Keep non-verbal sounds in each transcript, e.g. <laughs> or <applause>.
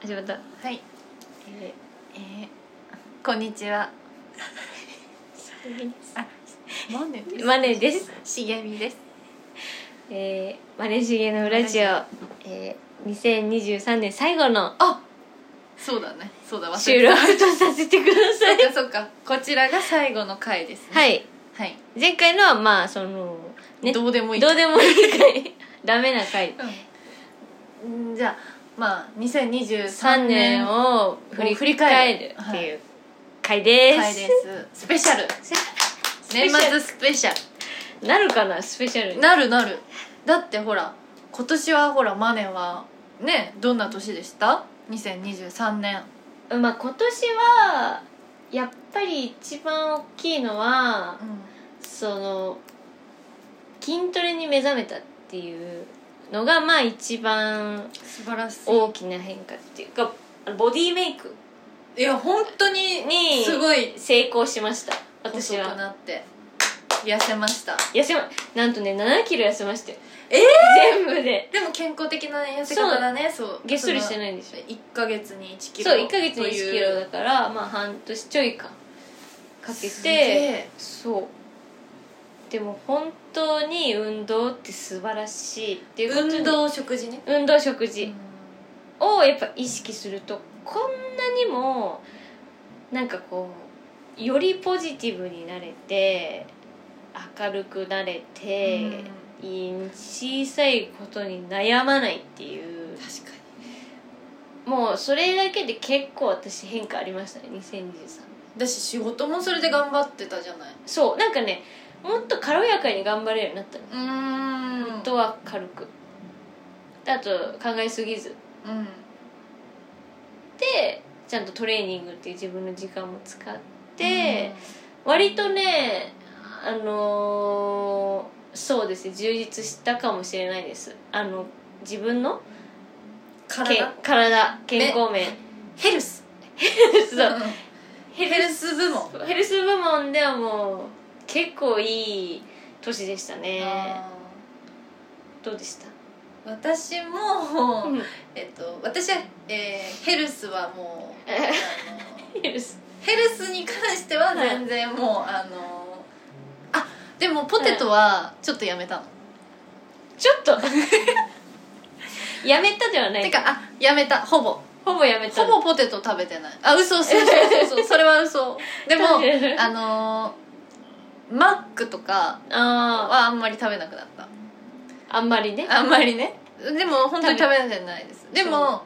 始まったはい。えーえーこんにち <laughs> は。あ、マ <laughs> ネです。マネです茂みです。えー、マネシゲのラジオマ、えー、2023年最後のあ、そうだね。そうだ。忘れて収録とさせてくださそいっかそっか。こちらが最後の回ですね。。はいい前回のはまあそのねどうでもいい。どうでもいい回 <laughs> ダメな回うん。じゃあまあ2023 3年年をを振り振り返返るるっていう回です,、回です。スペシャル。年末スペシャなるかなスペシャルル。になるなる。だってほら今年はほらマネはねどんな年でした？2023年。まあ今年はやっぱり一番大きいのはうん。その筋トレに目覚めたっていうのがまあ一番素晴らしい。大きな変化っていうかあのボディメイクいや本当ににすごい成功しました私細くはなって痩せました痩せまなんとね7キロ痩せましたよえ全部ででも健康的な痩せ方だねそうげっそりしてないんでしょ1ヶ月に1キロそう1か月にという1キロだからまあ半年ちょいかかけすげてえそうでも本当に運動って素晴らしいっていうことに運動食事ね運動食事、うんをやっぱ意識するとこんなにもなんかこうよりポジティブになれて明るくなれて、いい小さいことに悩まないっていう確かにもうそれだけで結構私変化ありましたね2023だし仕事もそれで頑張ってたじゃないそうなんかねもっと軽やかに頑張れるようになったのうーんとは軽くであと考えすぎずうんでちゃんとトレーニングっていう自分の時間も使って、割とねあのーそうですね充実したかもしれないですあの自分うのんけ体体健康面ヘルス <laughs> そううんヘヘルス部門ルヘルス部門ではもう結構いい年でしたねあどうでした、ー私もうん <laughs> えっと、私は、えーヘルスはもうあヘルスのヘルスに関してははい全然もう、あのあでもポテトはちょっとやめたの、ちょっとやめたではないてかあやめたほぼほぼやめたほぼポテト食べてないあ嘘嘘嘘嘘嘘それは嘘でもあのーマックとかあはあんまり食べなくなったーあんまり <laughs> ねあんまりねでも本当に食べなきゃないですべでも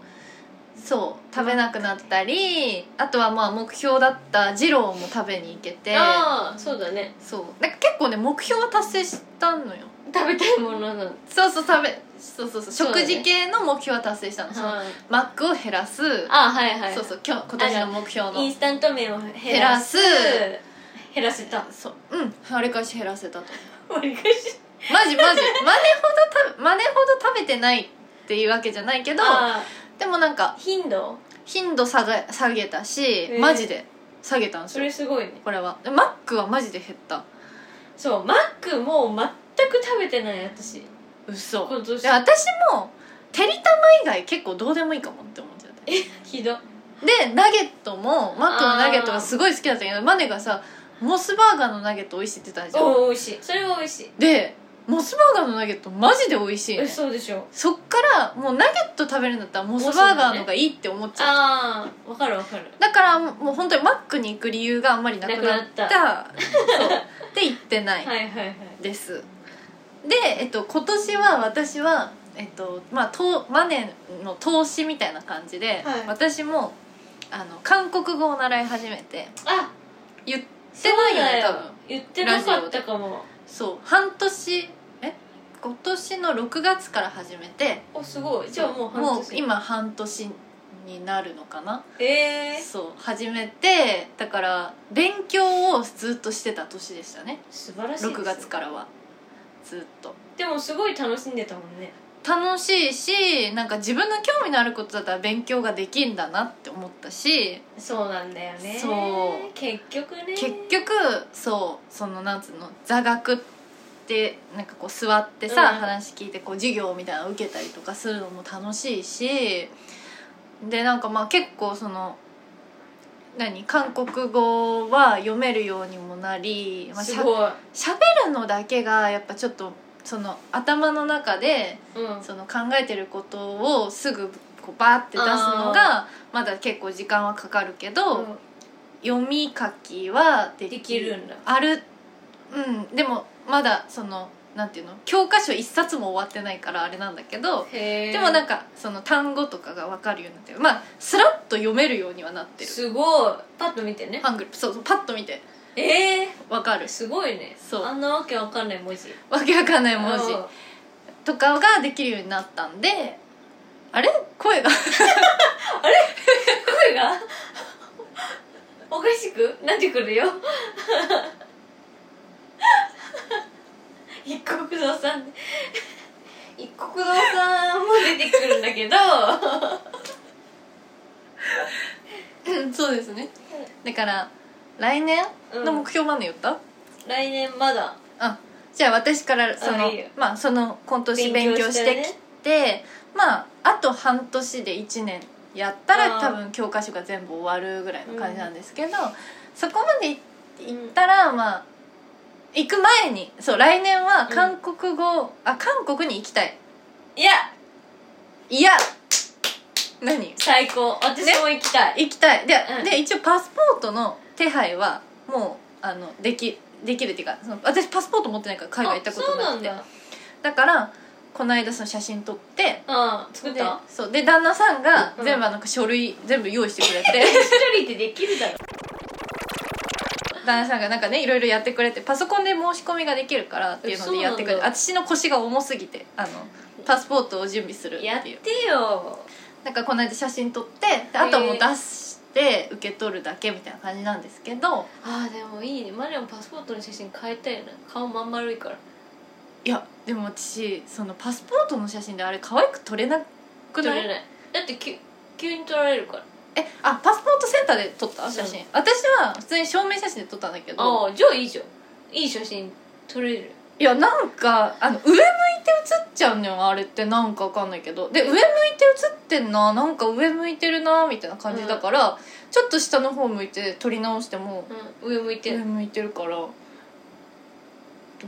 そう食べなくなったりあとはまあ目標だった二郎も食べに行けてああそうだねそうなんか結構ね目標は達成したのよ食べたいものなのはそうそう食べそうそうそうそうだね食事系の目標は達成したのそのいマックを減らすああはいはいそうそう今日今年の目標インのスタント麺を減減ららすす減らせた <laughs> そううんあれかし減らせたと割り返しマジマジマネほど食べマネほど食べてないっていうわけじゃないけどあでもなんかー頻度頻度下げ下げたし、ーマジで下げたんですそよれすごいねこれはでマックはマジで減ったそうマックもう全く食べてない私嘘今年で私もてりたま以外結構どうでもいいかもって思っちゃってひどでナゲットもマックのナゲットがすごい好きだったけどマネがさモスバーガーのナゲット美味しいって言ってたじゃんおお美味しいそれは美味しいでモスバーガーのナゲットマジで美味しい、えね、そうでしょそっからもうナゲット食べるんだったらモスバーガーのがいいって思っちゃうああわかるわかるだからもう本当にマックに行く理由があんまりなくなったなくそうで行ってないはいはいはいです、で、えっと、今年は私は、えっとまあ、とマネの投資みたいな感じで、はい私もあの韓国語を習い始めてあ言ってないよね多分言ってなかったかもそう半年え今年の6月から始めておすごいじゃあもう半年もう今半年になるのかなえー、そう始めてだから勉強をずっとしてた年でしたね素晴らしいです6月からはずっとでもすごい楽しんでたもんね楽しいしなんか自分の興味のあることだったら勉強ができんだなって思ったしそうなんだよねそう結局ね結局そうそのなんつうの座学ってなんかこう座ってさ、うん話聞いてこう授業みたいなの受けたりとかするのも楽しいしでなんかまあ結構その何韓国語は読めるようにもなり、まあ、しすゃごい、喋るのだけがやっぱちょっとその頭の中でうん、その考えてることをすぐこうバーって出すのがまだ結構時間はかかるけど、読み書きはできできるんだあるうんでもまだそのなんていうの教科書一冊も終わってないからあれなんだけどへえでもなんかその単語とかが分かるようになってるまあスラッと読めるようにはなってるすごいパッと見てねハングルそうそうパッと見てええ分かるすごいねそうあんなわけわかんない文字わけわかんない文字うんとかができるようになったんであれ声が声がおかしくなってくるよ一国堂さん一国堂さんも出てくるんだけどうん <laughs> そうですねだから来年の目標まで言った、来年まだあじゃあ私からそのあいいよまあその今年勉勉強強ししててきねてまああと半年で1年やったらあー多分教科書が全部終わるぐらいの感じなんですけど、そこまでいったら、まあ行く前にそう来年は韓国語、あ韓国に行きたいいやいや何最高私も行きたい、行きたいで,、うんで一応パスポートの手配はもうあのできできるっていうかその私パスポート持ってないから海外行ったことなくてあだからこの間その写真撮ってそうなんだうん作っでたそうで旦那さんがうん全部あのなんか書類全部用意してくれて <laughs> 一人でできるだろ旦那さんがなんかねいろいろやってくれてパソコンで申し込みができるからっていうのえそうでなやっんだてくれて私の腰が重すぎてあのパスポートを準備するってやっいうてよなんかこの間写真撮ってであとはもう出して受け取るだけみたいな感じなんですけどあーでもいいねマリアもパスポートの写真変えたいな顔まん丸いからいやでも私そのパスポートの写真であれ可愛く撮れなく撮ないれないだってき急に撮られるからえあパスポートセンターで撮ったうん写真、私は普通に証明写真で撮ったんだけどああじゃあいいじゃんいい写真撮れるいやなんかあの上向いて写っちゃうのよあれってなんかわかんないけどで上向いて写ってんななんか上向いてるなみたいな感じだから、ちょっと下の方向いて撮り直してもうん上向いて上る向いてるからも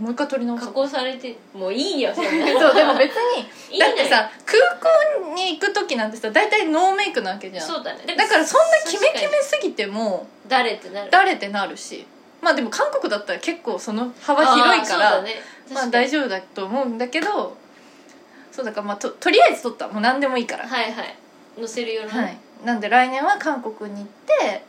う一回撮り直加そう工されてもういいよそんな <laughs> そうでも別に <laughs> いいだねってさ空港に行く時なんてさ大体ノーメイクなわけじゃんそうだねだからそんなキメキメ確かすぎてもに誰ってなるだれてなるしまあでも韓国だったら結構その幅広いあかーそうらだねまあ確かに大丈夫だと思うんだけどそうだからまあととりあえず撮ったもう何でもいいからははいはい載せるようい、ななんで来年は韓国に行って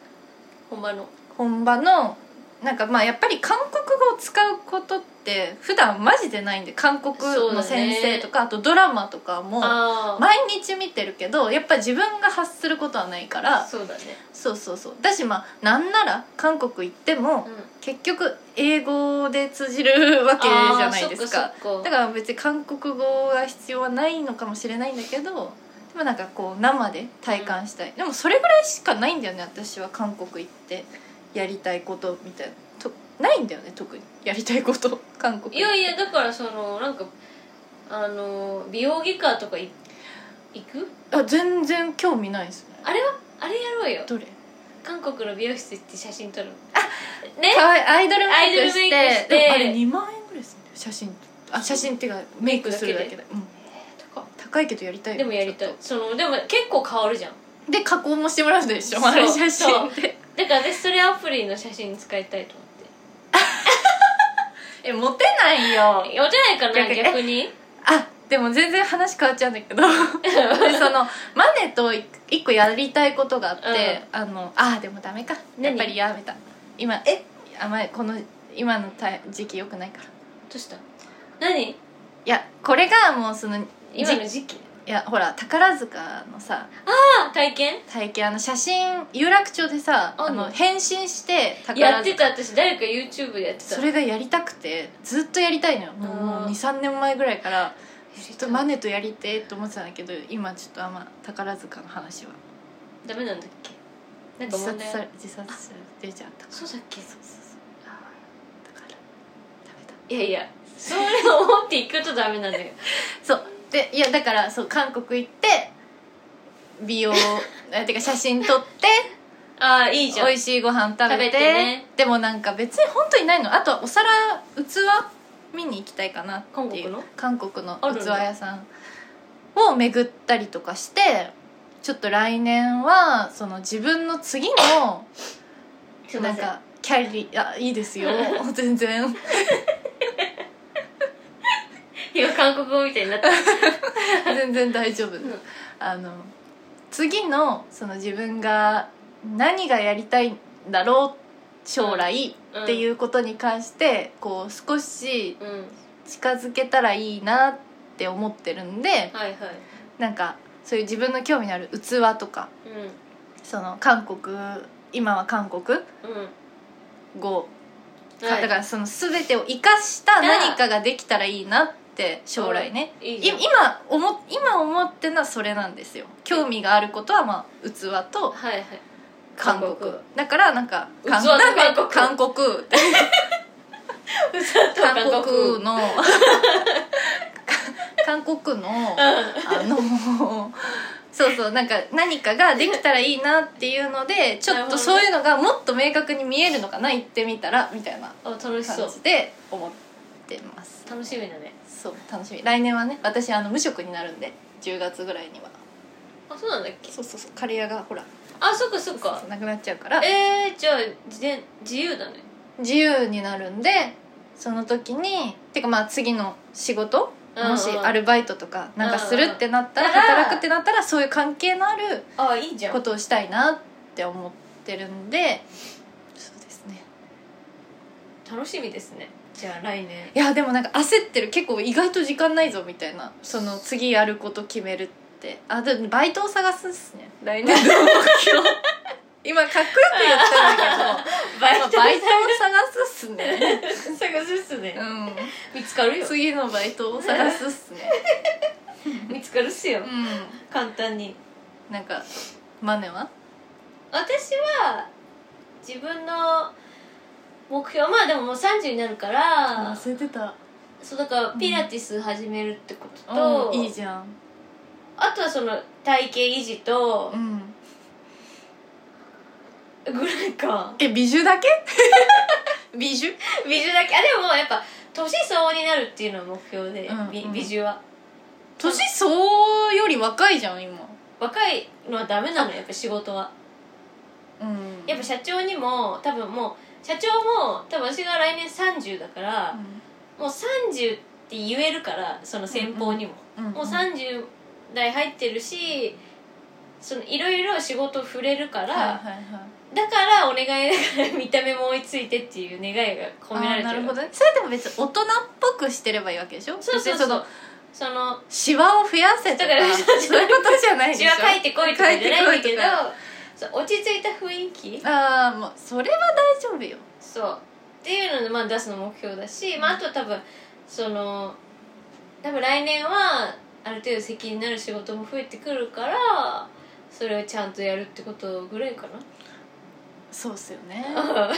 ほんまの本場のなんかまあやっぱり韓国語を使うことって普段マジでないんで韓国そうのだね先生とか、あとドラマとかもあ毎日見てるけどやっぱ自分が発することはないかあらそうだねそうそうそうだしまあなんなら韓国行っても、うん結局英語で通じるわけじゃないですかあーそっかそっだかから別に韓国語が必要はないのかもしれないんだけどでもなんかこう生で体感したい、でもそれぐらいしかないんだよね私は韓国行ってやりたいことみたいなとないんだよね特にやりたいこと韓国いやいやだからそのなんかあの美容外科とかい行くあ全然興味ないですねあれはあれやろうよどれ韓国の美容室行って写真撮るあねかわいいアイドルメイクしてアイドルメイクしてでもあれ2万円ぐらいですね写真あ写真っていうかメイクするだけでうん、高いけどやりたいよでもやりたちょいっとそのでも結構変わるじゃんで加工もしてもらうでしょそうあれ写真でだから私それアプリの写真使いたいと思っえモテないよていやじゃないかな逆に逆にあでも全然話変わっちゃうんだけど <laughs> でそのマネと一個やりたいことがあって、あのあでもダメか何やっぱりやめた今えあまあこの今のタイ時期よくないからいどうした何やこれがもうそのじ今の時期いやほら宝塚のさあ体験体験あの写真有楽町でさああんのの変身して宝やってた私誰か YouTube でやってたそれがやりたくてずっとやりたいのよもうもうあー23年前ぐらいからやちりょったといマネとやりてえと思ってたんだけど今ちょっとあんま宝塚の話はダメなんだっけなんか自問殺され題自殺され出ちゃったからそうだっけそうそうそうあーだからダメだいやいやそれを思っていくとダメなんだよ <laughs> そうでいやだからそう韓国行って美容えてか写真撮ってああいいじゃん美味しいご飯食べて食べてねでもなんか別に本当にないのあとはお皿器見に行きたいかなっていう韓国のあるん器だ屋さんを巡ったりとかしてちょっと来年はその自分の次のすいなまんせんかキャリあいいです <laughs> よ全然今韓国語みたいになった全然大丈夫、んあの次のその自分が何がやりたいんだろう将来うんっていうことに関してこう少しうん近づけたらいいなって思ってるんではいはいなんかそういう自分の興味のある器とかうその韓国今は韓国んうん語はいだからその全てを生かした何かができたらいいなって将来ねいいいじゃん今思今思ってるのはそれなんですよ興味があることはまあ器とはいはい韓国韓国だからなんか器と韓韓 <laughs> 韓国国って韓国 <laughs> の韓国のあのそうそうなんか何かができたらいいなっていうのでちょっとそういうのがもっと明確に見えるのかな行ってみたらみたいなあ楽しそ感うじで思ってます楽しみだねそう楽しみ来年はね私あの無職になるんで10月ぐらいにはあそうなんだっけそうそうそうカレー屋がほらあそっかそっかなくなっちゃうからえー、じゃあ自然自由だね自由になるんでその時にてかまあ次の仕事うんうんもしアルバイトとかなんかするってなったらうんうん働くってなったらそういう関係のあるあいいじゃんことをしたいなって思ってるんでそうですね楽しみですねじゃあ来年いやでもなんか焦ってる結構意外と時間ないぞみたいなその次やること決めるってあでもバイトを探すっすね来年の目標 <laughs> 今かっこよく言ったんだ <laughs> バけど、まあ、バイトを探すっすね探すっすねう見つかるんよ次のバイトを探すっすね見つかるっすようん簡単になんかマネは私は自分の目標まあでももう30になるかられてたそうだからピラティス始めるってことと、うんいいじゃんあとはその体型維持とうんぐらいかえ美女だけ美女 <laughs> 美女だけあでもやっぱ年相応になるっていうのは目標で、うんびうん美女は年相応より若いじゃん今若いのはダメなのよやっぱ仕事はうんやっぱ社長にも多分もう社長も多分私が来年30だから、もう30って言えるからその先方にも、うんもう30代入ってるしそのいろいろ仕事触れるから、はいはいはいだからお願いだから見た目も追いついてっていう願いが込めらあーれなてるるほどねそれでも別に大人っぽくしてればいいわけでしょそうそ別うにそのうそのシワを増やせとかだか <laughs> らそういうことじゃないでし血ょは書いてこいとかじゃないんだけど書いてこいとかそう落ち着いた雰囲気ああもうそれは大丈夫よそうっていうので、まあ、出すの目標だし、まあ、あと多分その多分来年はある程度責任になる仕事も増えてくるからそれをちゃんとやるってことぐらいかな、そうっすよねうんま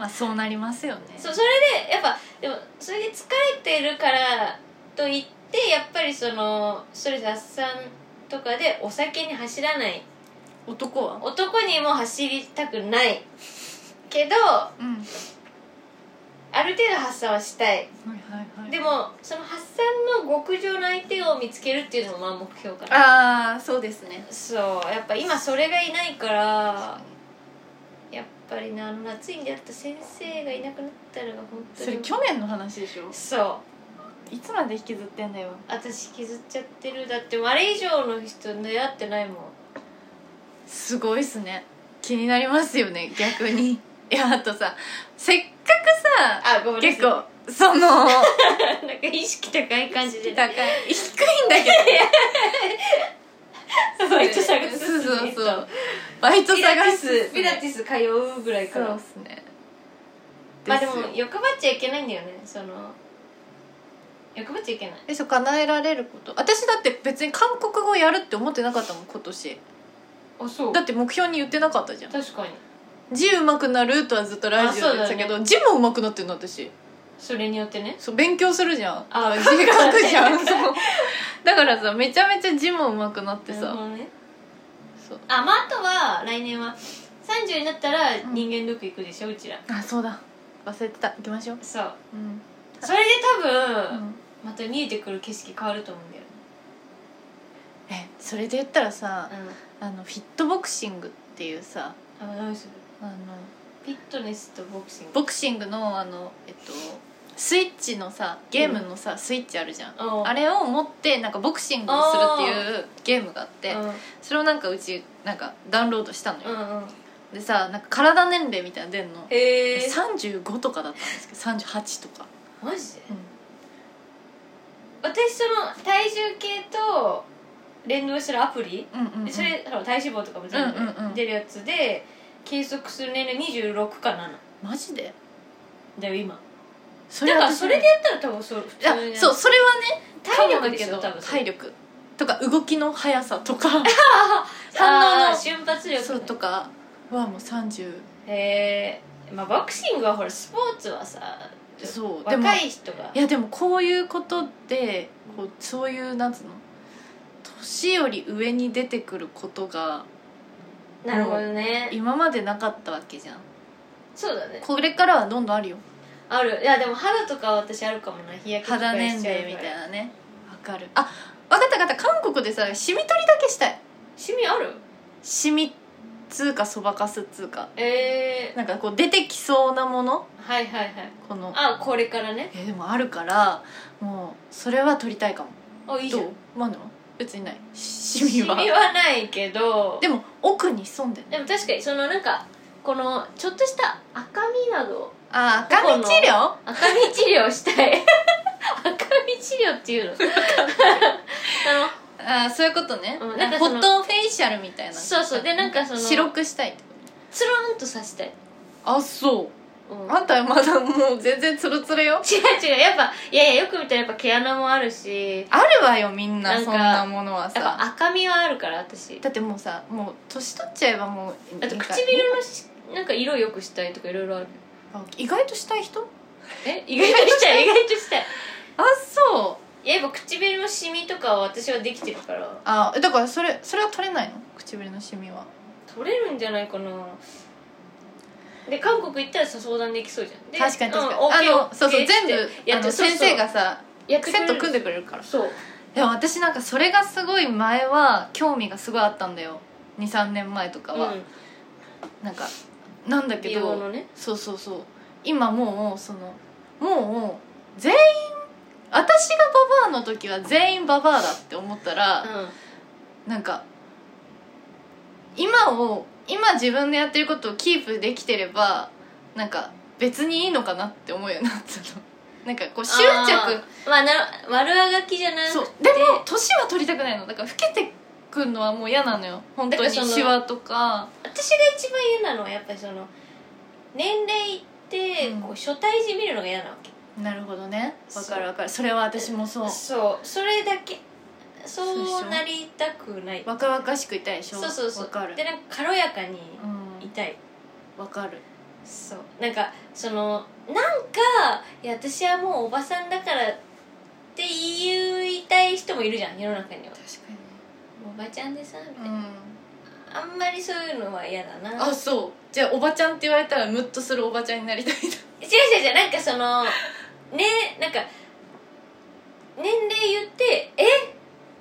あそうなりますよねそうそれでやっぱでもそれで疲れてるからといってやっぱりそのストレス発散とかでお酒に走らない男は男にも走りたくないけうんどはある程度発散はしたいいはいはいでもその発散の極上の相手を見つけるっていうのもまあ目標かなああそうですねそうやっぱ今それがいないからやっぱりなあの夏に出会った先生がいなくなったのが本当そにれ去年の話でしょそういつまで引きずってんだよ私削っちゃってるだってあれ以上の人出会ってないもんすごいっすね気になりますよね逆 <laughs> にいやあとさせっかくあごめさんなさい結構そのなんか意識高い感じ低いでんだけどバイト探すそうそうえっそとうバイトピラ探ティすスピラティス通うぐらいかそうらっすねまあでもですよ欲張っちゃいけないんだよねその欲張っちゃいけないえそう叶えられること私だって別に韓国語やるって思ってなかったもん今年あそうだって目標に言ってなかったじゃん確かに字うまくなるとはずっとラジオで言ってたけど、字もうまくなってるの私それによってねそう勉強するじゃん <laughs> あ字書 <laughs> <laughs> くじゃんそうだからさめちゃめちゃ字もうまくなってなるほさどねそうあまああとは来年は30になったら人間ドック行くでしょうちらあそうだ忘れてた行きましょうそううん、それで多う分、ん、また見えてくる景色変わると思うんだよねえそれで言ったらさうんあのフィットボクシングっていうさあ何するあのフィットネスとボクシングボクシングのあのえっとスイッチのさゲームのさ、スイッチあるじゃんああれれを持ってなんかボクシングをするっていうゲームがあってうんうんそれをなんかうちなんかダウンロードしたのよ、うんでさなんか体年齢みたいなの出んの、へえ35とかだったんですけど38とか、マジで私その体重計と連動してるアプリうん、うんうんそれその体脂肪とかも全うんうんうん部出るやつで計測する年齢26か7マジでだよ今そだから私それでやったら多分そう普いや通にそうそれはねかも体力だでけしょど多分体力とか動きの速さとか反 <laughs> 反応応のの瞬発力そうとかはもう30へえまあボクシングはほらスポーツはさそうでも若い人がいやでもこういうことってこうそういうなんつうの年より上に出てくることがなるほどね今までなかったわけじゃんそうだねこれからはどんどんあるよあるいやでも肌とかは私あるかもな日焼けとか肌年しちゃう齢みかたらいなねわかるあわかったわかった韓国でさシミ取りだけしたい趣味あるシミつうかそばかすつうかええなんかこう出てきそうなものはいはいはいこのあこれからねえでもあるからもうそれは取りたいかもあいいじどゃうんまあでも別にないシミはシミはないけどでも奥に潜んででねも確かにそのなんかこのちょっとした赤みなどあー赤身治療赤み治療し <laughs> たい赤み治療っていうの <laughs> あああそういうことね、うんなんかなホんかそのットフェイシャルみたいなのそうそうでなんかその白くしたいってことつるんとさしたい、あそううん、あんたはまだもう全然ツルツルよ違う違うやっぱいやいやよく見たらやっぱ毛穴もあるしあるわよみんななんかそんなものはやっぱさ赤みはあるから私だってもうさもう年取っちゃえばもうあとなんか唇のしなんか色良くしたいとかいろいろあるあ意外としたい人え意外としたい意外とし <laughs> たいあそういややっぱ唇のシミとかは私はできてるからあだからそれそれは取れないの唇のシミは取れるんじゃないかなで韓国行ったらさ相談できそうじゃんで確かに確うん OK かに、あのそうそう OK 全っ部てやあっのてそう先生がさやってセくれるット組んでくれるからそうでも私なんかそれがすごい前は興味がすごいあったんだよ23年前とかは、うんなんかなんだ美け容どのねそうそうそう今もうそのもう全員私がババアの時は全員ババアだって思ったら、うなんか今を今自分でやってることをキープできてればなんか別にいいのかなって思うようになったの <laughs> なんかこうん執あ着ーまあな悪あがきじゃなそうくでも年は取りたくないのだから老けてくんのはもう嫌なのよ本当にだからそのシワとか私が一番嫌なのはやっぱりその年齢いってうんこう初対人見るのが嫌なわけ、なるほどねわかるわかるそれは私もそうそうそれだけそうでしそょうなりたくない若々しくいたいでしょそうそうそうわかるでなんか軽やかにういんたい、わかるそうなんかそのなんかいや私はもうおばさんだからって言いたい人もいるじゃん世の中には確おばちゃんでさみたいな、にあんまりそういうのは嫌だな違う違あそうじゃあおばちゃんって言われたらムッとするおばちゃんになりたいなう違うなんかそのねなんか年齢言ってえ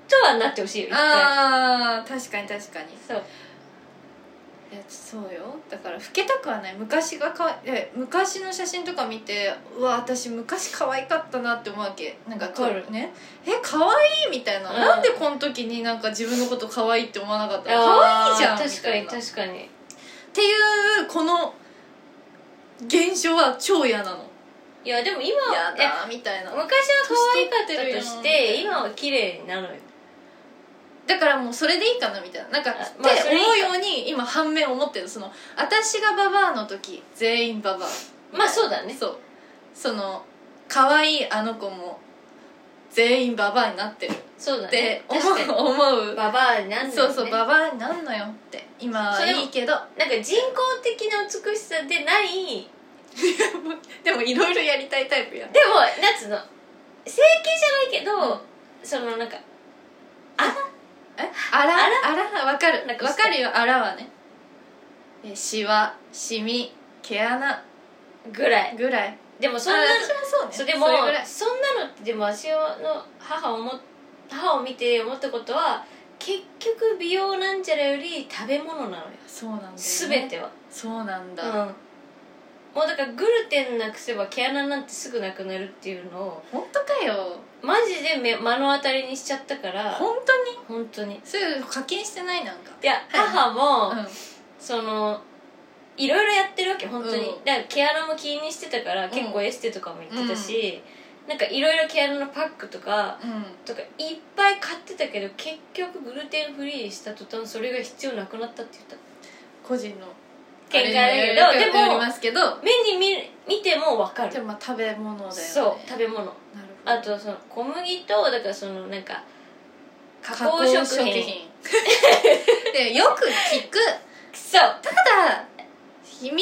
とはなってほしいよ一回ああ確かに確かにそういやそうよだから老けたくはない昔がかわいや昔の写真とか見てうわ私昔可愛かったなって思うわけなんかこうわかるねえ可愛いみたいな、うんなんでこの時になんか自分のこと可愛いって思わなかったの可あ愛いーじゃん確かにみたいなっ確かにていうこの現象は超嫌なのいやでも今は嫌えだみたいな昔は可愛かったとして今は綺麗なのよだからもうそれでいいかなみたいななんか、あまあってそれいいか思うように今反面思ってるその私がババアの時全員ババアまあそうだねそうその可愛いあの子も全員ババアになってるっそうだねて思確かにう思う、ババアになんだそよねうそうババアになんのよって今はそれもいいけ <laughs> どなんか人工的な美しさでないでもいろいろやりたいタイプやでもなんつうの整形じゃないけど、そのなんか穴えあらああらわかるなくわしてかるよあらはねえしわしみ毛穴ぐらいぐらいでもそそんんななそうそうででももそそれぐらいんなのってでも私の母を思っ母を見て思ったことは結局美容なんちゃらより食べ物なのよそうなんだよね全ては、そうなんうだ、んもうだからグルテンなくせば毛穴なんてすぐなくなるっていうのを本当かよマジで目目の当たりにしちゃったから本当に本当にそれ課金してないなんかいや母も、うんそのいろいろやってるわけ本当に、うんだから毛穴も気にしてたから結構エステとかも行ってたし、なんかいろいろ毛穴のパックとかうとかいっぱい買ってたけど結局グルテンフリーした途端それが必要なくなったって言ったん個人の見解だけどあれによるでもよりますけど目に見見ても分かるでもまあ食べ物だよねそう食べな物るほどあとその小麦とだからそのなんか加加工工食品食品でよく聞くそうただみん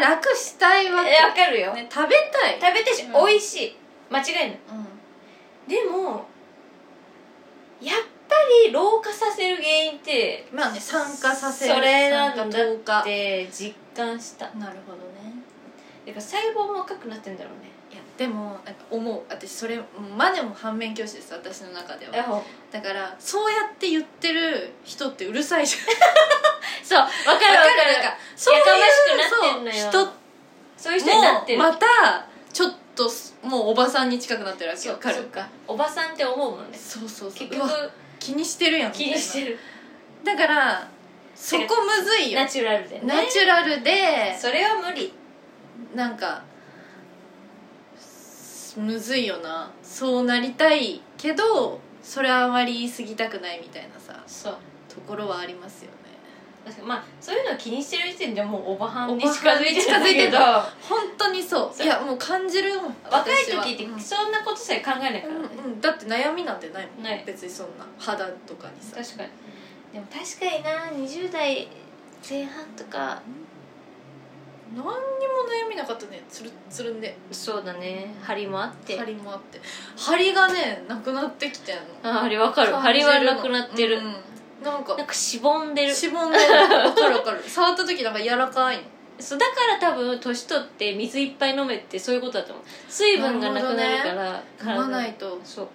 な楽したいわけえ分かるよ、ね、食べたい、食べてし、うん美味しい間違いないでもやっぱり老化させる原因ってうん、まあね酸化させるそれなんだ酸化糖化って実感したなるほどねだから細胞も赤くなってんだろうねいやでもなんか思う私それまでも反面教師です私の中ではあだからそうやって言ってる人ってうるさいじゃんそうわかるわかる <laughs> なんかそういうやかましくなってんのよそう人そういう人になってるもまたちょっともうおばさんに近くなってるわけそうわかるそっかおばさんって思うもんねそうそうそう結う局わ気にしてるやんみたい気なにしてるだからそこむずいよナチュラルでねナチュラルでそれは無理なんかすむずいよなそうなりたいけどそれはあまり言い過ぎたくないみたいなさそうところはありますよねまあそういうの気にしてる時点でもうおばはんにおば近はんづいにて近るんづだいてけるど本当にそうそういやもう感じるもん <laughs> 若い私は時っうんてそんなことさえ考えないかうらね、んうんだって悩みなんてないもんない別にそんな肌とかにさ確かにでも確かにな20代前半とか何にも悩みなかったねつるつるんでそうだね張りもあって張りもあって張りがねなくなってきてんのああれわかる張感じりるのはなくなってる、うんなんかなんかしぼんでるしぼんでるわかるわかる触った時なんか柔らかいのそうだから多分年取って水いっぱい飲めってそういうことだと思う水分がなくなるから飲まないいとそう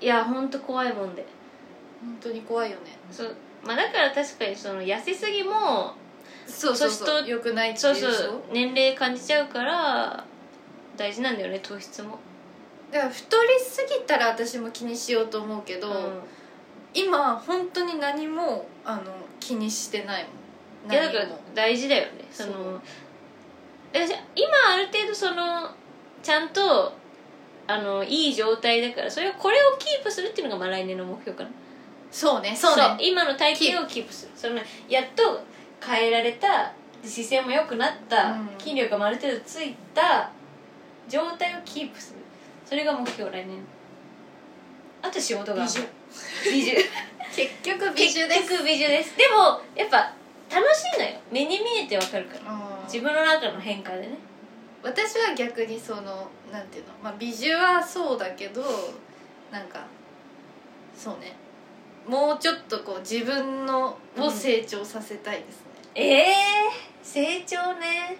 いやほんと怖いもんで本当に怖いよねそうまあだから確かにその痩せすぎもそうそうそうよくないっていそううそう年齢感じちゃうから大事なんだよね糖質もだから太りすぎたら私も気にしようと思うけど、今本当に何もあの気にしてないもんいやだから何も大事だよねそそうの私今ある程度そのちゃんとあのいい状態だからそれをこれをキープするっていうのがまあ来年の目標かなそうねそうね今の体型をキープするそのやっと変えられた姿勢も良くなった、うん筋力もある程度ついた状態をキープするそれが目標来年あと仕事が美女美 <laughs> 術結局美結女です局美女ですでもやっぱ楽しいのよ目に見えてわかるからうん自分の中の変化でね私は逆にそのなんていうの、まあ、美女はそうだけどなんかそうねもうちょっとこう自分のを成長させたいですね、ええ成長ね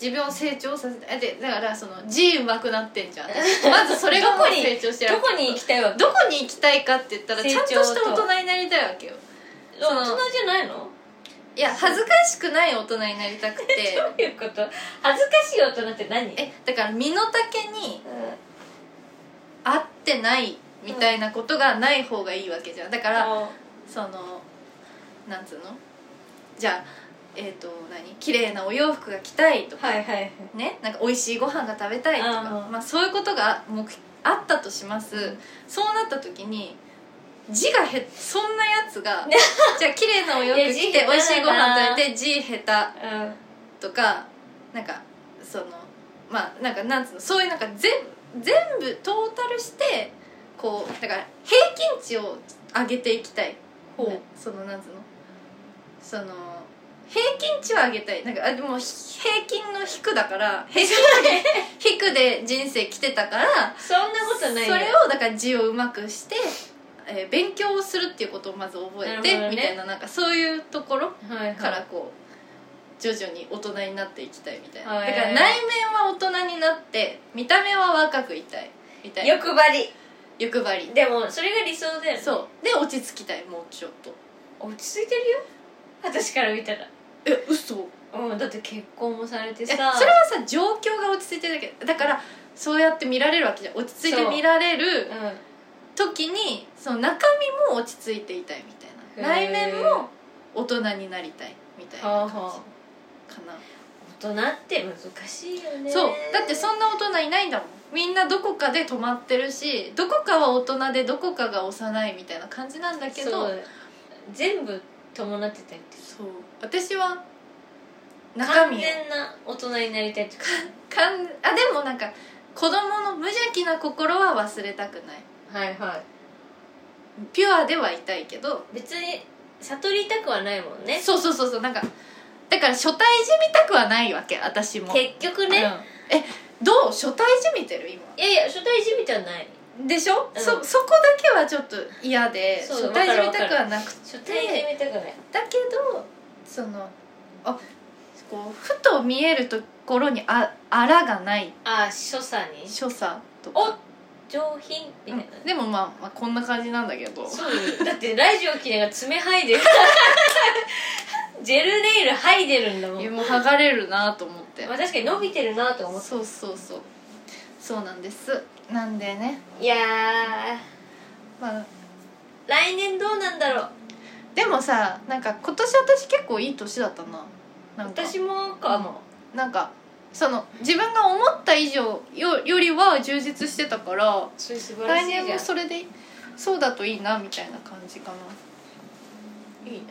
自分を成長させたいでだからその字うまくなってんじゃんまずそれがもうどこに成長してどこに行きたいわけどこに行きたいかって言ったらちゃんとした成長大と人になりたいわけよその大人じゃないのいや恥ずかしくない大人になりたくてどういうこと恥ずかしい大人って何えだから身の丈にうん合ってないみたいなことがない方がいいわけじゃんだからあそのなんつうのじゃあえっ、と何綺麗なお洋服が着たいとか、はいはいはいねなんか美味しいご飯が食べたいとかうんうんまあ、そういうことが目あったとします、うんそうなった時に字がへそんなやつ <laughs> がじゃあ綺麗なお洋服着いや字下手てだな美味しいご飯食べて字下うん手とかなんかそのまあなんかなんつうのそういうなんか全全部トータルしてこうだから平均値を上げていきたいほうそのなんつうのその平均値は上げたいなんかあでもひ平均の低だから平均の低で人生来てたからそんなことそないれよをだから字をうまくしてえー勉強をするっていうことをまず覚なえるほて、どねみたいななんかそういうところはいはいからこう徐々に大人になっていきたいみたいな、はいだから内面は大人になって見た目は若くいたいみたいな欲張り欲張りでもそれが理想だよねそうで落ち着きたいもうちょっと落ち着いてるよ私から見たらえ嘘うんだって結婚もされていやさそれはさ状況が落ち着いてるだけだからそうやって見られるわけじゃん落ち着いて見られる時にその中身も落ち着いていたいみたいな内へー面も大人になりたいみたいはなあ感はじかな、うん大人って難しいよねそうだってそんな大人いないんだもんみんなどこかで止まってるしどこかは大人でどこかが幼いみたいな感じなんだけどそう全部伴ってたいってそう私は中完身を全な大人になりたいってことかんあでもなんか子供の無邪気な心は忘れたくないはいはいピュアではいたいけど別に悟りたくはないもんねそうそうそうそうなんかだから初対じみたくはないわけ私も結局ね、うんえどう初対じみてる今いやいや初対じみじゃないでしょ、うんそそこだけはちょっと嫌でそう初対じみたくはなくて初対じみたくないだけどそのあこうふと見えるところにああらがないああ所作に所作とかお上品みたいな、うんでも、まあ、まあこんな感じなんだけどそうだってラジオきながら爪剥 <laughs> いでるジェルネイル剥いでるんだもんいやもう剥がれるなと思ってまあ、確かに伸びてるなと思ってそうそうそうそうなんですなんでねいやーまあ来年どうなんだろうでもさなんか今年私結構いい年だったななんか私もかも、なんかその自分が思った以上よよりは充実してたからそれ素晴らし来いじゃん年もそれでそうだといいなみたいな感じかないいね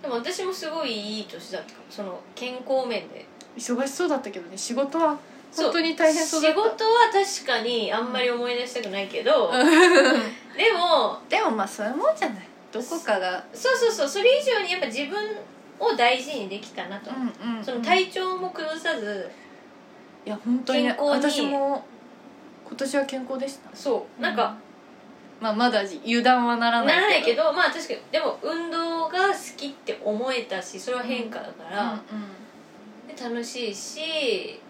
でも私もすごいいい年だったかもその健康面で忙しそうだったけどね仕事はそう本当に大変そうだっ仕事は確かにあんまり思い出したくないけど、た <laughs> でもでもまあそういうもんじゃないどこかがそうそうそうそれ以上にやっぱ自分を大事にできたなと、うんうんその体調も崩さずいや本当にね健康に私も今年は健康でしたそうなんか、まあまだ油断はならないならないけどまあ確かにでも運動が好きって思えたしそれは変化だかうんうんら、で楽しいし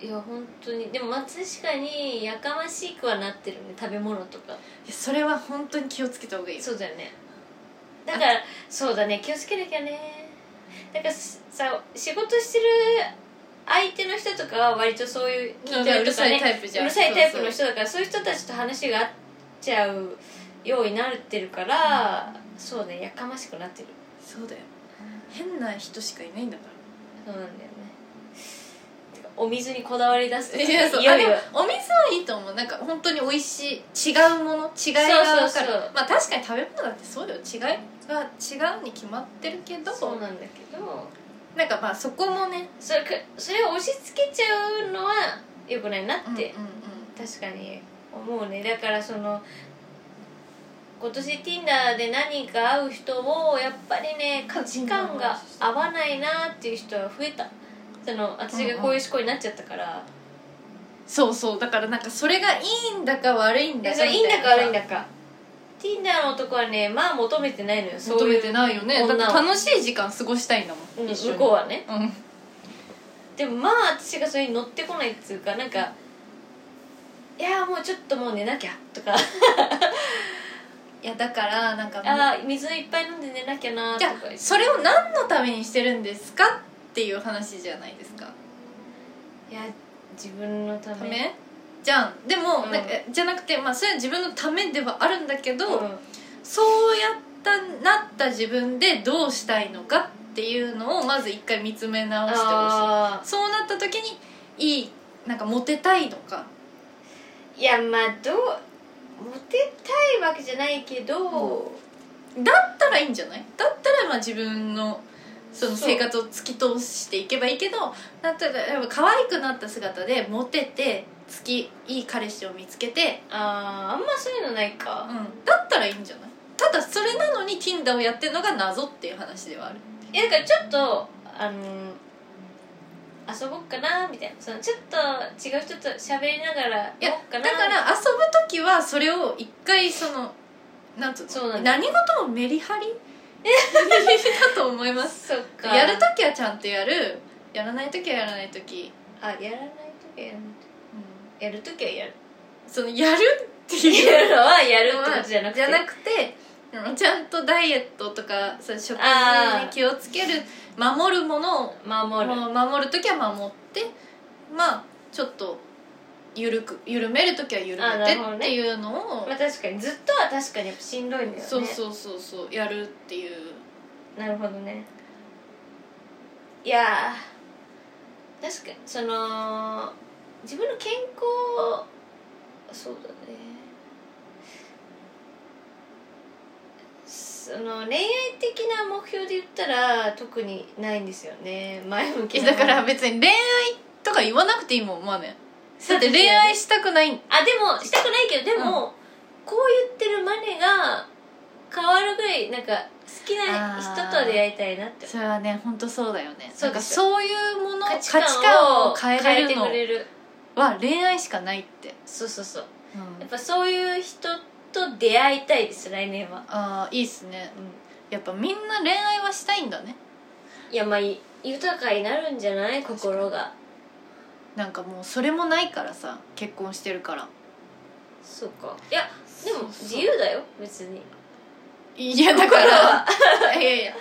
いや本当にでもまあ確かにやかましくはなってるね食べ物とかいやそれは本当に気をつけた方がいいよそうだよねだからそうだね気をつけなきゃねだからさ仕事してる相手の人とかは割とそういうなんかうるさいタイプじゃんうるさいタイプの人だからそういう人たちと話が合っちゃうようになってるから、そうねやかましくなってるそうだよ変な人しかいないんだかそうなんだよねてかお水にこだわり出すとら <laughs> かいやそういよあいでよもお水はいいと思うなんか本当に美味しい違うもの違いが分そかうそうそるうまあ確かに食べ物だってそうよ違いが違うに決まってるけどそうなんだけどなんかまあそこもねそれくそれを押し付けちゃうのはよくないなって、うんうん確かに思うねだからその今年 Tinder で何か会う人をやっぱりね価値観が合わないなっていう人は増えたその私がこういう思考になっちゃったから、そうそうだからなんかそれがいいんだか悪いんいだやかそれいいんだか悪いんだだか Tinder の男はねまあ求めてないのよ求めてないよねだ女っをて楽しい時間過ごしたいんだもうんん一緒に向こうはねうんでもまあ私がそれに乗ってこないっつうかなんか「いやもうちょっともう寝なきゃ」とかいやだからなんか「もうあー水いっぱい飲んで寝なきゃな」じとゃあか言ってそれを何のためにしてるんですかっていう話じゃないですかいや自分のたためめじゃんでも、うんなんかえじゃなくてまあそれは自分のためではあるんだけど、うんそうやったなった自分でどうしたいのかっていうのをまず一回見つめ直してほしあいそうなった時にいいなんかモテたいのかーいやまあどうモテたいわけじゃないけど、だったらいいんじゃないだったらまあ自分のその生活を突き通していけばいいけどだったらやっぱ可愛くなった姿でモテて好きいい彼氏を見つけて、あーあんまそういうのないうんか、、だったらいいんじゃないただそれなのに Tinder をやってるのが謎っていう話ではあるいやだからちょっとあのー遊ぼっかなみたいなそのちょっと違う人と喋りながらいややっかだなから遊ぶ時はそれを一回そのなんつうそうなのんだ何事もメリ <laughs> ハリだと思いますそっかやる時はちゃんとやるやらない時はやらない時、あやらない時はやらないうんやる時はやるそのやるっていうやるのはやるってことじゃなくてじゃなくてちゃんとダイエットとかそう食事あにー気をつける守るものを守るもう守る時は守ってまあちょっと緩く緩める時は緩あめーなてるほどっねていうのを、まあ確かにずっとは確かにやっぱしんどいんだよねそうそうそうそうやるっていうなるほどねいやー確かにその自分の健康そうだねその恋愛的な目標で言ったら特にないんですよね前向きなだから別に恋愛とか言わなくていいもんまあねだって恋愛したくないあでもしたくないけどでも、こう言ってるマネが変わるぐらいなんか好きな人と出会いたいなってそれはね本当そうだよねそなうんかですよそういうもの価価値値観観をを変変ええれてるのくれるは恋愛しかないって、そうそうそうやうっん、ぱそういう人と出会いたいです来年は、ああいいっすねうん、やっぱみんな恋愛はしたいんだねいやまあい豊かになるんじゃない心がなんかもうそれもないからさ結婚してるからそうかいやでそもうそう自由だよ別にいやだから <laughs> いやいや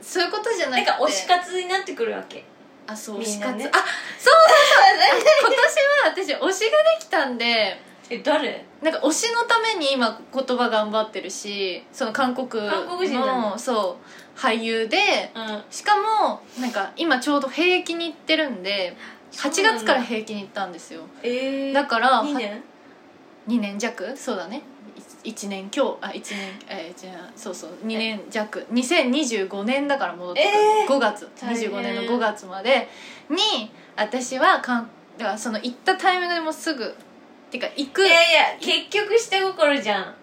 そういうことじゃなないんか推し活になってくるわけあそう推みんしな活、ねあそうだ今年は私推しができたんでえ誰なんか推しのために今言葉頑張ってるしその韓国の韓国人なのそう俳優でうんしかもなんか今ちょうど兵役に行ってるんで8そうなんだ月から兵役に行ったんですよえー、だから2年2年弱そうだね1年今日あ一年えー一年そうそう2年弱2025年だから戻ってくる、えー5月大変25年の5月までに私はかんだからその行ったタイミングでもうすぐっていうか行くいやいや結局下心じゃん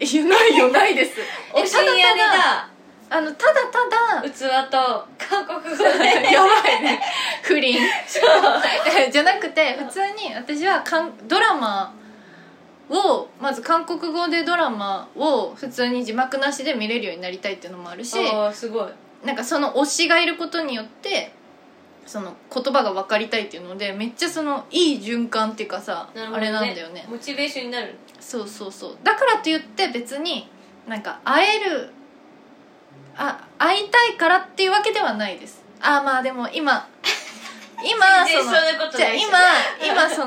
いやないよない <laughs> ですおしんやりだあのただただ器と韓国語で <laughs> やばい <laughs> ね不倫じゃなくて普通に私はかんドラマをまず韓国語でドラマを普通に字幕なしで見れるようになりたいっていうのもあるしあーすごいなんかその推しがいることによってその言葉が分かりたいっていうのでめっちゃそのいい循環っていうかさ、なるほど、ね、あれなんだよねモチベーションになるそうそうそうだからといって別になんか会えるあ会いたいからっていうわけではないですあーまあでも <laughs> 今今全然そそのんなことじゃあない今今その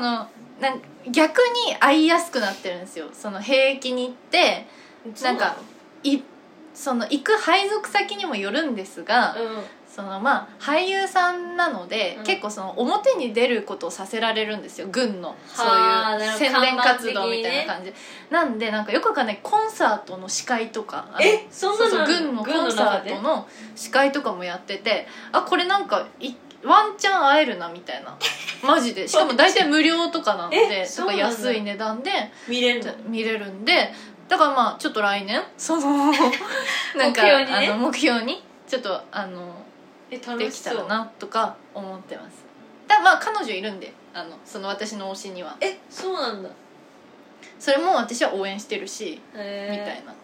なん逆に会いやすくなってるんですよその兵役に行ってそなうんかいその行く配属先にもよるんですが、うんそのまあ俳優さんなので、うん結構その表に出ることをさせられるんですよ軍のそうあいうなるほ宣ど伝活動看板的にみねたいな感じ、なんでなんかよくわかんないコンサートの司会とかあのえそんなのそうあそうるの軍の軍コのン中サでートの司会とかもやっててあこれなんかいワンチャン会えるなみたい <laughs> なマジでしかも大体無料とかなのえでそとうなかんだ安い値段で見れるの見れるんでだからまあちょっと来年そ <laughs> のなんか目標にねあの目標にちょっとあのえ楽でしきたそうらなとか思ってますだまあ彼女いるんであのその私の推しにはえそうなんだそれも私は応援してるし、へみーたいな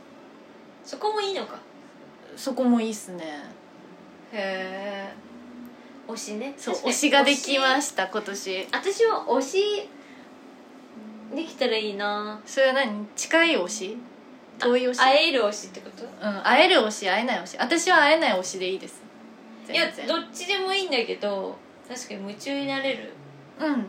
そこもいいのかそこもいいっすねへえ推しねそう確推かにしができま推しした今年私は推しできたらいいなそれは何近い推し遠い推し会える推しってことうん、会える推し会えない推し私は会えない推しでいいですいや全然どっちでもいいんだけど確かに夢中になれるうん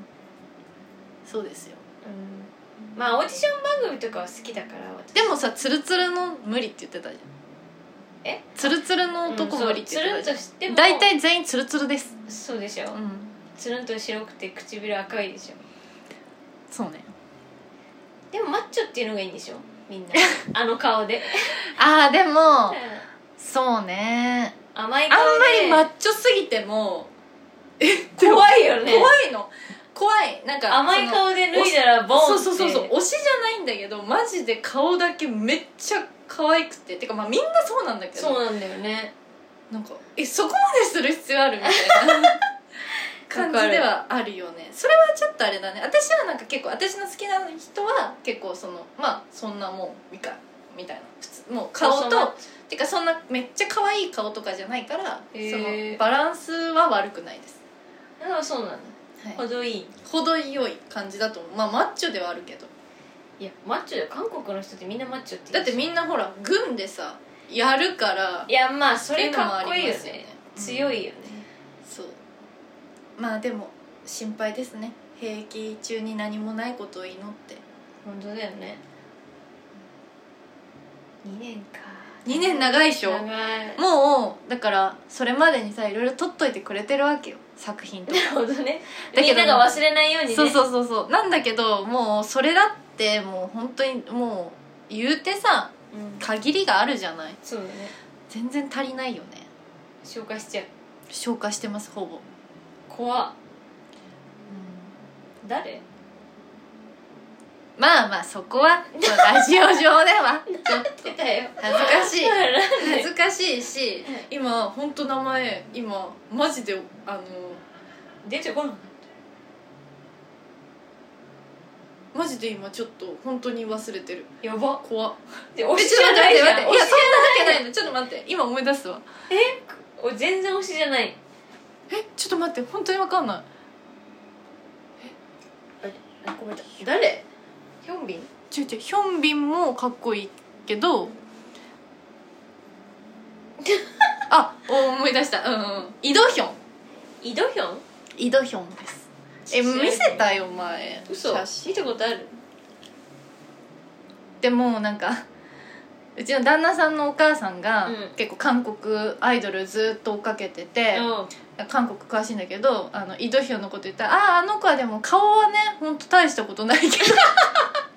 そうですようんまあオーディション番組とかは好きだから私でもさツルツルの無理って言ってたじゃんえツルツルの男無理ってつ言ってるんたとじしてゃんも大体全員ツルツルですそうでしょうんつるんと白くて唇赤いでしょそうねでもマッチョっていうのがいいんでしょみ <laughs> んなあの顔でああでもうそうねん甘いあんま顔でりマッチョすぎてもい怖いよね怖いの怖いなんか甘いその顔で脱いだらボンってそうそうそうそう推しじゃないんだけどマジで顔だけめっちゃ可愛くててかまあみんなそうなんだけどそうなんだよね <laughs> なんかえそこまでする必要あるみたいな感じではあるよねそれはちょっとあれだね私はなんか結構私の好きな人は結構そのまあそんなもんいいかみたいな普通もう顔とてかそんなめっちゃ可愛い顔とかじゃないからそへーのバランスは悪くないです、ああそうなんだはい、程いい程よい感じだと思うまあマッチョではあるけどいやマッチョだよ韓国の人ってみんなマッチョってだってみんなほら軍でさやるからいやまあそっていれうのもかっこいいよねあります強いよねそうまあでも心配ですね兵役中に何もないことを祈って本当だよね2年か2年長いでしょ長いもうだからそれまでにさいろいろ撮っといてくれてるわけよ作品とかなるほどねだけどみんなが忘れないように <laughs> ねそうそうそうそうなんだけどもうそれだってもう本当にもう言うてさうん限りがあるじゃないそうだね全然足りないよね消化しちゃう消化してますほぼ、怖っ誰まあまあそこはこのラジオ上では <laughs> ちょっと出たよ恥ずかしい恥いずかしいし今本当名前今マジであの <laughs> 出てこないマジで今ちょっと本当に忘れてるやば怖っでえ推ちしょっじとゃ待なっていじ待ってゃん待っていや推しそんなわけないのちょっと待って今思い出すわお全然推しじゃないえちょっと待って本当にわかんないあごめん誰ヒョンビン違う違うヒョンビンもかっこいいけ <laughs> どあお思い出したうんうんイドヒョンイドヒョンイドヒョンですえ見せたよ前嘘写真見たことあるでもなんかうちの旦那さんのお母さんが、うん結構韓国アイドルずっと追っかけてて、韓国詳しいんだけどあのイ・ドヒョンのこと言ったら「あああの子はでも顔はねほんと大したことないけど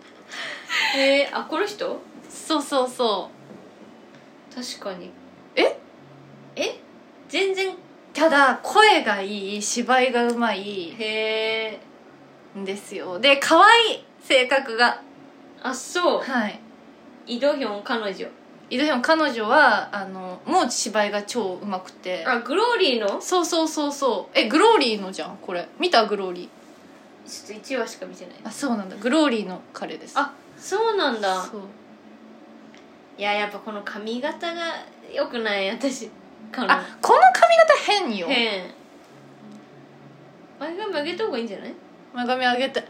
<laughs> えー、あこの人そうそうそ確かにええ全然うただ声がいい芝居がうまいへえんですよで可愛い性格があそうはいイドヒョン彼女イ・ドヒョン彼女はあのもう芝居が超うまくてあグローリーのちょっそうそうそうそうえグローリーのじゃんこれ見たグローリーと1話しか見てないあそうなんだグローリーの彼ですあそうなんだそういややっぱこの髪型が良くない私彼女あこの髪型変よ変前髪上げた方がいいんじゃない前髪上げて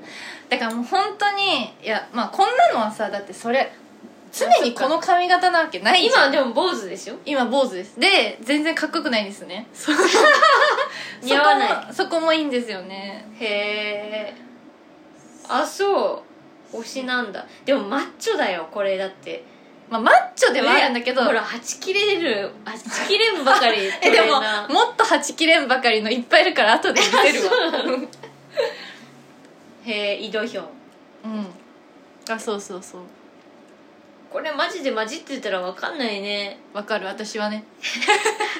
だからもう本当にいやまあこんなのはさだってそれ常にこの髪型なわけないじ今ゃんでも坊主でしょ今坊主ですで全然かっこよくないんですねそ似合わないそこもそこもいいんですよねへえあそう推しなんだでもマッチョだよこれだってまあマッチョではあるんだけど、ほらはちきれるはちきれんばかり <laughs> えでもトレーナーもっとはちきれんばかりのいっぱいいるから後で見 <laughs> せるわへえ井戸ヒョンうんあそうそうそうこれマジで混じってたらわかんないねわかる私はね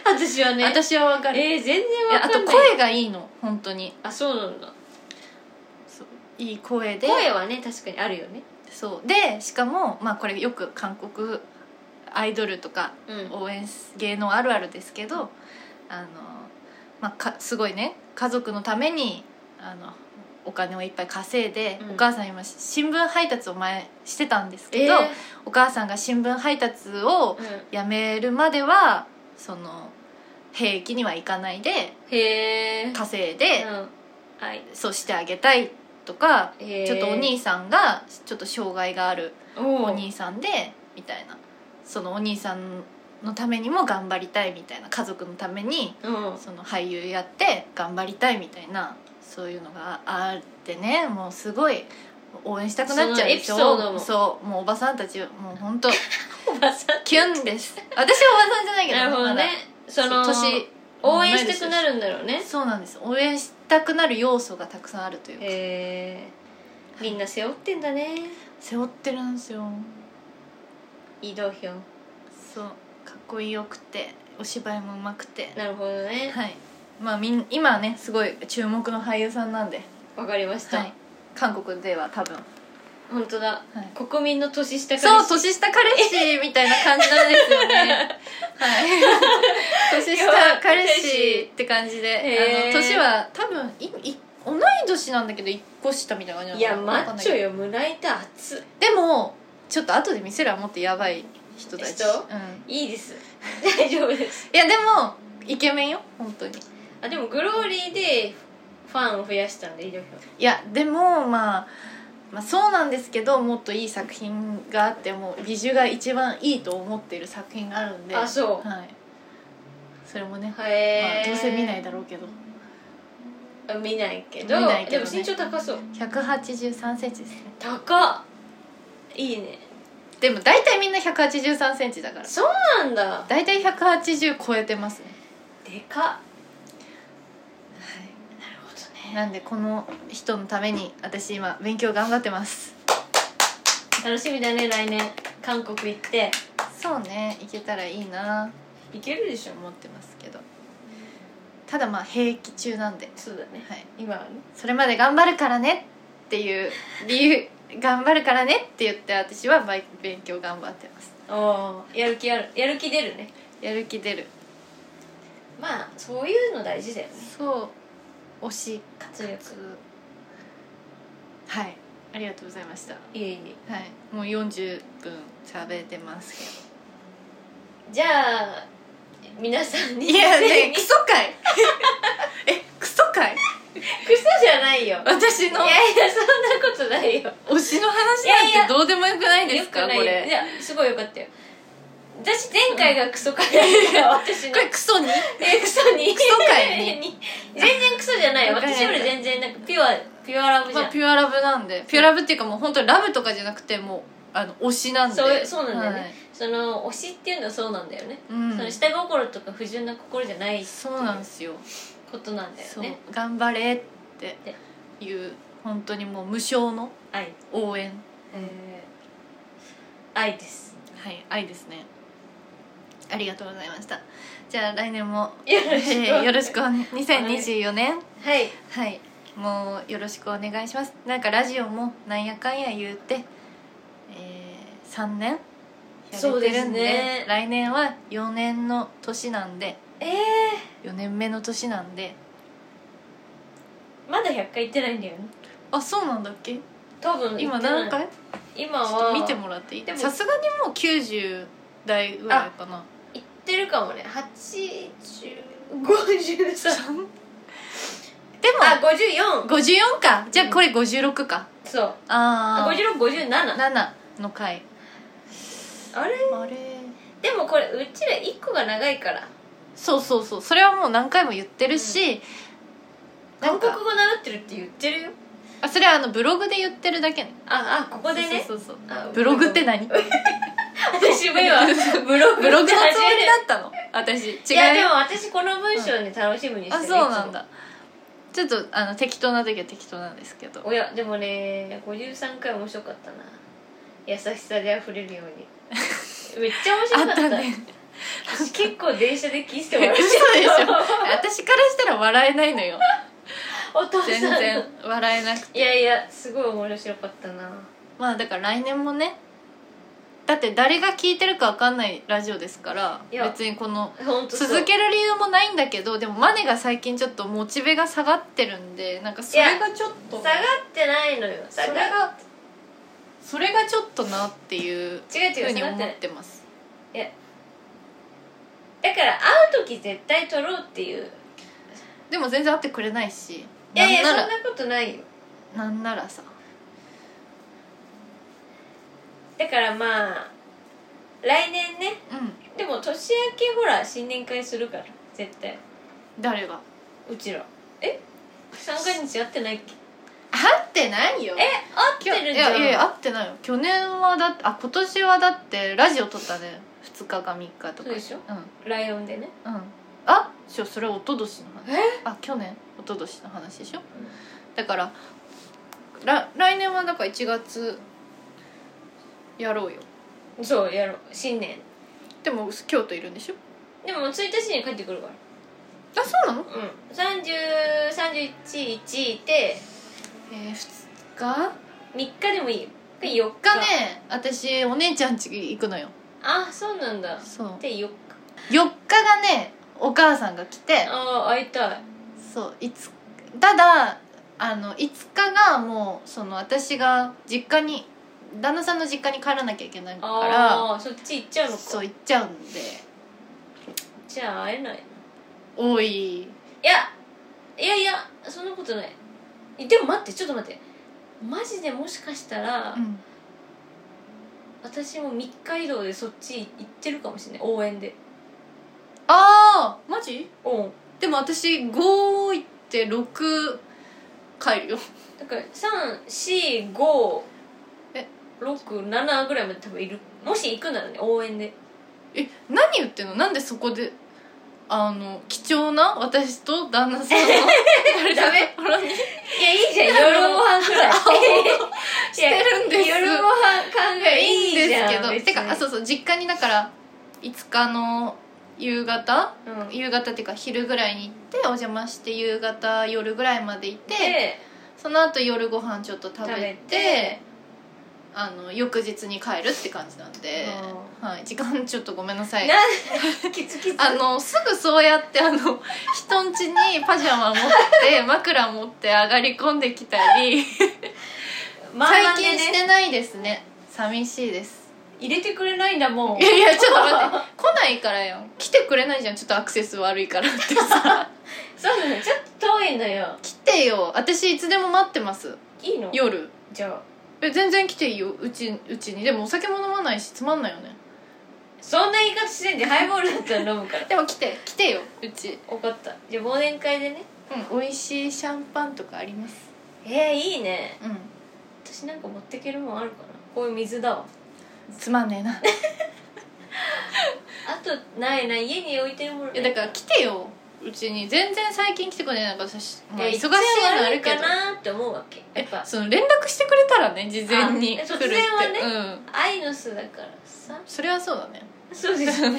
私は <laughs> ね私はわかる、えー、全然いわやかあんなとい声がいいの本当にあそうなんだそういい声で声はね確かにあるよねそうでしかも、まあ、これよく韓国アイドルとかうん応援す芸能あるあるですけどあの、まあ、かすごいね家族のためにあのお金をいっぱい稼いで、うんお母さん今新聞配達を前してたんですけえど、ーお母さんが新聞配達をうんやめるまではその兵役には行かないでへえ稼いで、うんはいそうしてあげたいとか。へーちょっとお兄さんがちょっと障害があるおおう兄さんでみたいなそのお兄さんのためにも頑張りたいみたいな家族のためにうんその俳優やって頑張りたいみたいなそういうのがあってねもうすごい応援したくなっちゃうでしょそのエピソードもそうもうおばさんたちもう本当おばさんキュンです私はおばさんじゃないけどなるほどねそのまだ年応援したくなるんだろうねそうなんです応援したくなる要素がたくさんあるというかへえみんな背負ってんだね背負ってるんですよ移動表そうかっこよくてお芝居もうまくてなるほどねはいまあみん今はねすごい注目の俳優さんなんで、わかりました、はい、韓国では多分、本当だはい、国民の年下そう年 <laughs> 年下彼氏みたいな感じなんですよねはい年下彼氏って感じへでーあの年は多分いい同い年なんだけど1個下みたいな感じなのいやかなマわかんッないチけョどよ胸板熱っでもちょっと後で見せるはもっとやばい人たち、人うん、い <laughs> いです大丈夫ですいやでもイケメンよ本当にあでもグローリーでファンを増やしたんでいいですよいやでも、まあ、まあそうなんですけどもっといい作品があっても美女が一番いいと思ってる作品があるんであそうはい、それもね、へまあ、え、どうせ見ないだろうけどあ見ないけど見ないけどでねも身長高そう1 8 3センチですね高っいいねでも大体みんな1 8 3センチだからそうなんだ大体180超えてますね、でかっなるほどねなんでこの人のために私今勉強頑張ってます楽しみだね来年韓国行ってそうねいけたらいいな行けるでしょと思ってますけどただまあ兵役中なんで、そうだねはい、今はねそれまで頑張るからねっていう理由頑張るからねって言って私はバイ勉強頑張ってますおーやる気あるやる気出るねやる気出るまあそういうの大事だよねそう推し活力はいありがとうございましたいえいえはいもう40分喋ってますじゃあ皆さんけ <laughs> にどいや <laughs> ねククソソかいえクソかいじゃないよいやいや私のそんなことないよ推しの話いやいなんやてどうでもよくないでよすくかないこよれいやすごいよかったよ私前回がクソかだったから私のこれクソにえクソにクソ界に <laughs> 全然クソじゃないよわかりま私したより全然なんかピュアピュアラブじゃん、まあ、ピュアラブなんでピュアラブっていうかもう本当にラブとかじゃなくてもうあの推しなんでそうそうなんだよねその推しっていうのはそうなんだよね、はいうんその下心とか不純な心じゃないそうなんですよ、ことなんだよそうね頑張れっていう本当にもう無償の愛、応援えー愛ですはい愛ですねありがとうございましたじゃあ来年もよろしくえーよろしくお願い2024年はいはいもうよろしくお願いしますなんかラジオもなんやかんや言うて、えー、3年やそうれでてるすんでね来年は4年の年なんでえ4年目の年なんでー、まだ100回行ってないんだよねあそうなんだっけ多分行今ってない何回ち今ょっとは見てもらっていいでもさすがにもう90代ぐらいかな行ってるかもね <laughs> 3? 8053でもあ <laughs> 54 54かじゃあこれ56か、そうああ5657 7の回あれあれでもこれうちら1個が長いからそうそうそうそれはもう何回も言ってるし、なん韓か国語習ってるって言ってるよあそれはあのブログで言ってるだけねああここでねそうそうそうあブログって何ブロ <laughs> 私も <laughs> 今ブロググのつもりっだて初めてったの私違ういやでも私この文章に楽しみにしてあるそうなんだちょっとあの適当な時は適当なんですけいつどもおやでもね53回面白かったな優しさで溢れるようにめっちゃ面白あっかったたね私結構電車で聞いてもらっ嘘ちゃでしったょ私からしたら笑えないのよお父さん全然笑えなくていやいやすごい面白かったなまあだから来年もねだって誰が聞いてるか分かんないラジオですからいや別にこの本当そう続ける理由もないんだけどでもマネが最近ちょっとモチベが下がってるんでなんかそれがちょっと下がってないのよそ下れががそれがちょっとなっていう違うふ違ううに下が思ってなっいてますだから会う時絶対撮ろうっていうでも全然会ってくれないしいやいやなそんんなならことないよなんならさだからまあ来年ねうんでも年明けほら新年会するから絶対誰がうちらえ三回日会ってないっけ会ってないよえ会ってるじゃんいやいや会ってないよ去年はだってあ今年はだってラジオ撮ったね2日か3日とそうかでしょうんライオンでねうんあしょそれ一昨年の話えあ去年一昨年の話でしょ、だからら来年はだから1月やろうよそうやろう新年でも京都いるんでしょでももう1日に帰ってくるからあそうなのうん3031いてえー、2日3日でもいいよ4日がね私お姉ちゃん家行くのよあそうなんだそうで4日4日がねお母さんが来てああ会いたいそういつただあの5日がもうその私が実家に旦那さんの実家に帰らなきゃいけないかああそっち行っちゃうらのそうか行っちゃうんでじゃあ会えない多いいやいやいやそんなことないでも待ってちょっと待ってマジでもしかしたら、うん私も3日移動でそっち行ってるかもしれない応援でああマジうんでも私5行って6帰るよだから3456え7ぐらいまで多分いるもし行くならね <laughs> 応援でえ何言ってんのなんでそこであの貴重な私と旦那さんの <laughs> ダメほらにいやいいじゃん夜ご飯ぐらい <laughs> してるんですいや夜ご飯考えいいんいいじでゃんすけど別にてかあそうそう実家にだから5日の夕方うん夕方っていうか昼ぐらいに行ってお邪魔して夕方夜ぐらいまでいてでその後夜ご飯ちょっと食べて食べてあの翌日に帰るって感じなんで、はい、時間ちょっとごめんなさいなんキツキツあのすぐそうやってあの <laughs> 人ん家にパジャマ持 <laughs> って枕持って上がり込んできたりまあまあ <laughs> 最近ねしてないですね寂しいです入れてくれないんだもんいやいやちょっと待って <laughs> 来ないからやん来てくれないじゃんちょっとアクセス悪いからって <laughs> さそうなのちょっと遠いのよ来てよ私いつでも待ってますいいの夜じゃあえ全然来ていいようちうちにでもお酒も飲まないしつまんないよねそんな言い方してんでハイボールだったら飲むから <laughs> でも来て来てようち分かったじゃあ忘年会でねうん美味しいシャンパンとかありますえー、いいねうん私なんか持ってけるもんあるかなこういう水だわつまんねえなあとないな家に置いてるものいやだから来てようちに全然最近来てこないなんか私、まあ、忙しいのあるけどかなって思うわけやっえぱその連絡してくれたらね事前にあ来えるって突然はねうん愛の巣だからさそれはそうだねそう <laughs> ですよね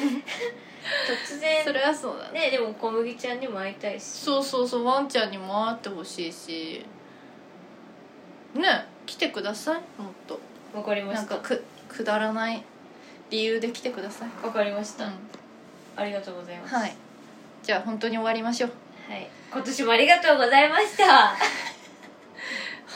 突然それはそうだねねでも小麦ちゃんにも会いたいしそうそうそうワンちゃんにも会ってほしいしね来てくださいもっとわかりまなんしたかくくだらない理由で来てください、わかりました、うありがとうございまん、すはいじゃあ本当に終わりましょうはい、今年もありがとうございました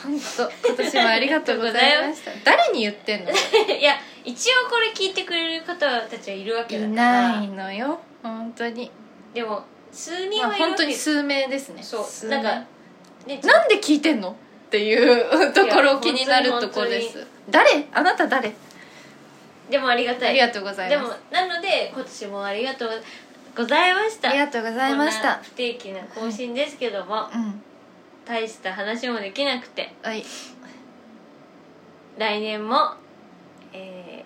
本 <laughs> 当今年もありがとうございました誰に言ってんの <laughs> いや一応これ聞いてくれる方たちはいるわけだいからないのよ本当にでも数人まあはいるわ本け、当に数名ですねそう数な名んかねなんで聞いてんのっていうところ気になる本当とにころです誰あなた誰でもありがたあいりがとうございでまもすなので今年もありがとうございましたありがとうございましこんなた不定期な更新ですけども、うん大した話もできなくてはい来年も、え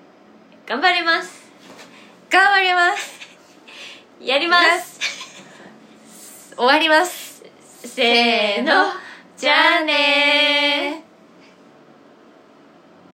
ー頑張ります頑張りますやります終わりますせーのじゃあねー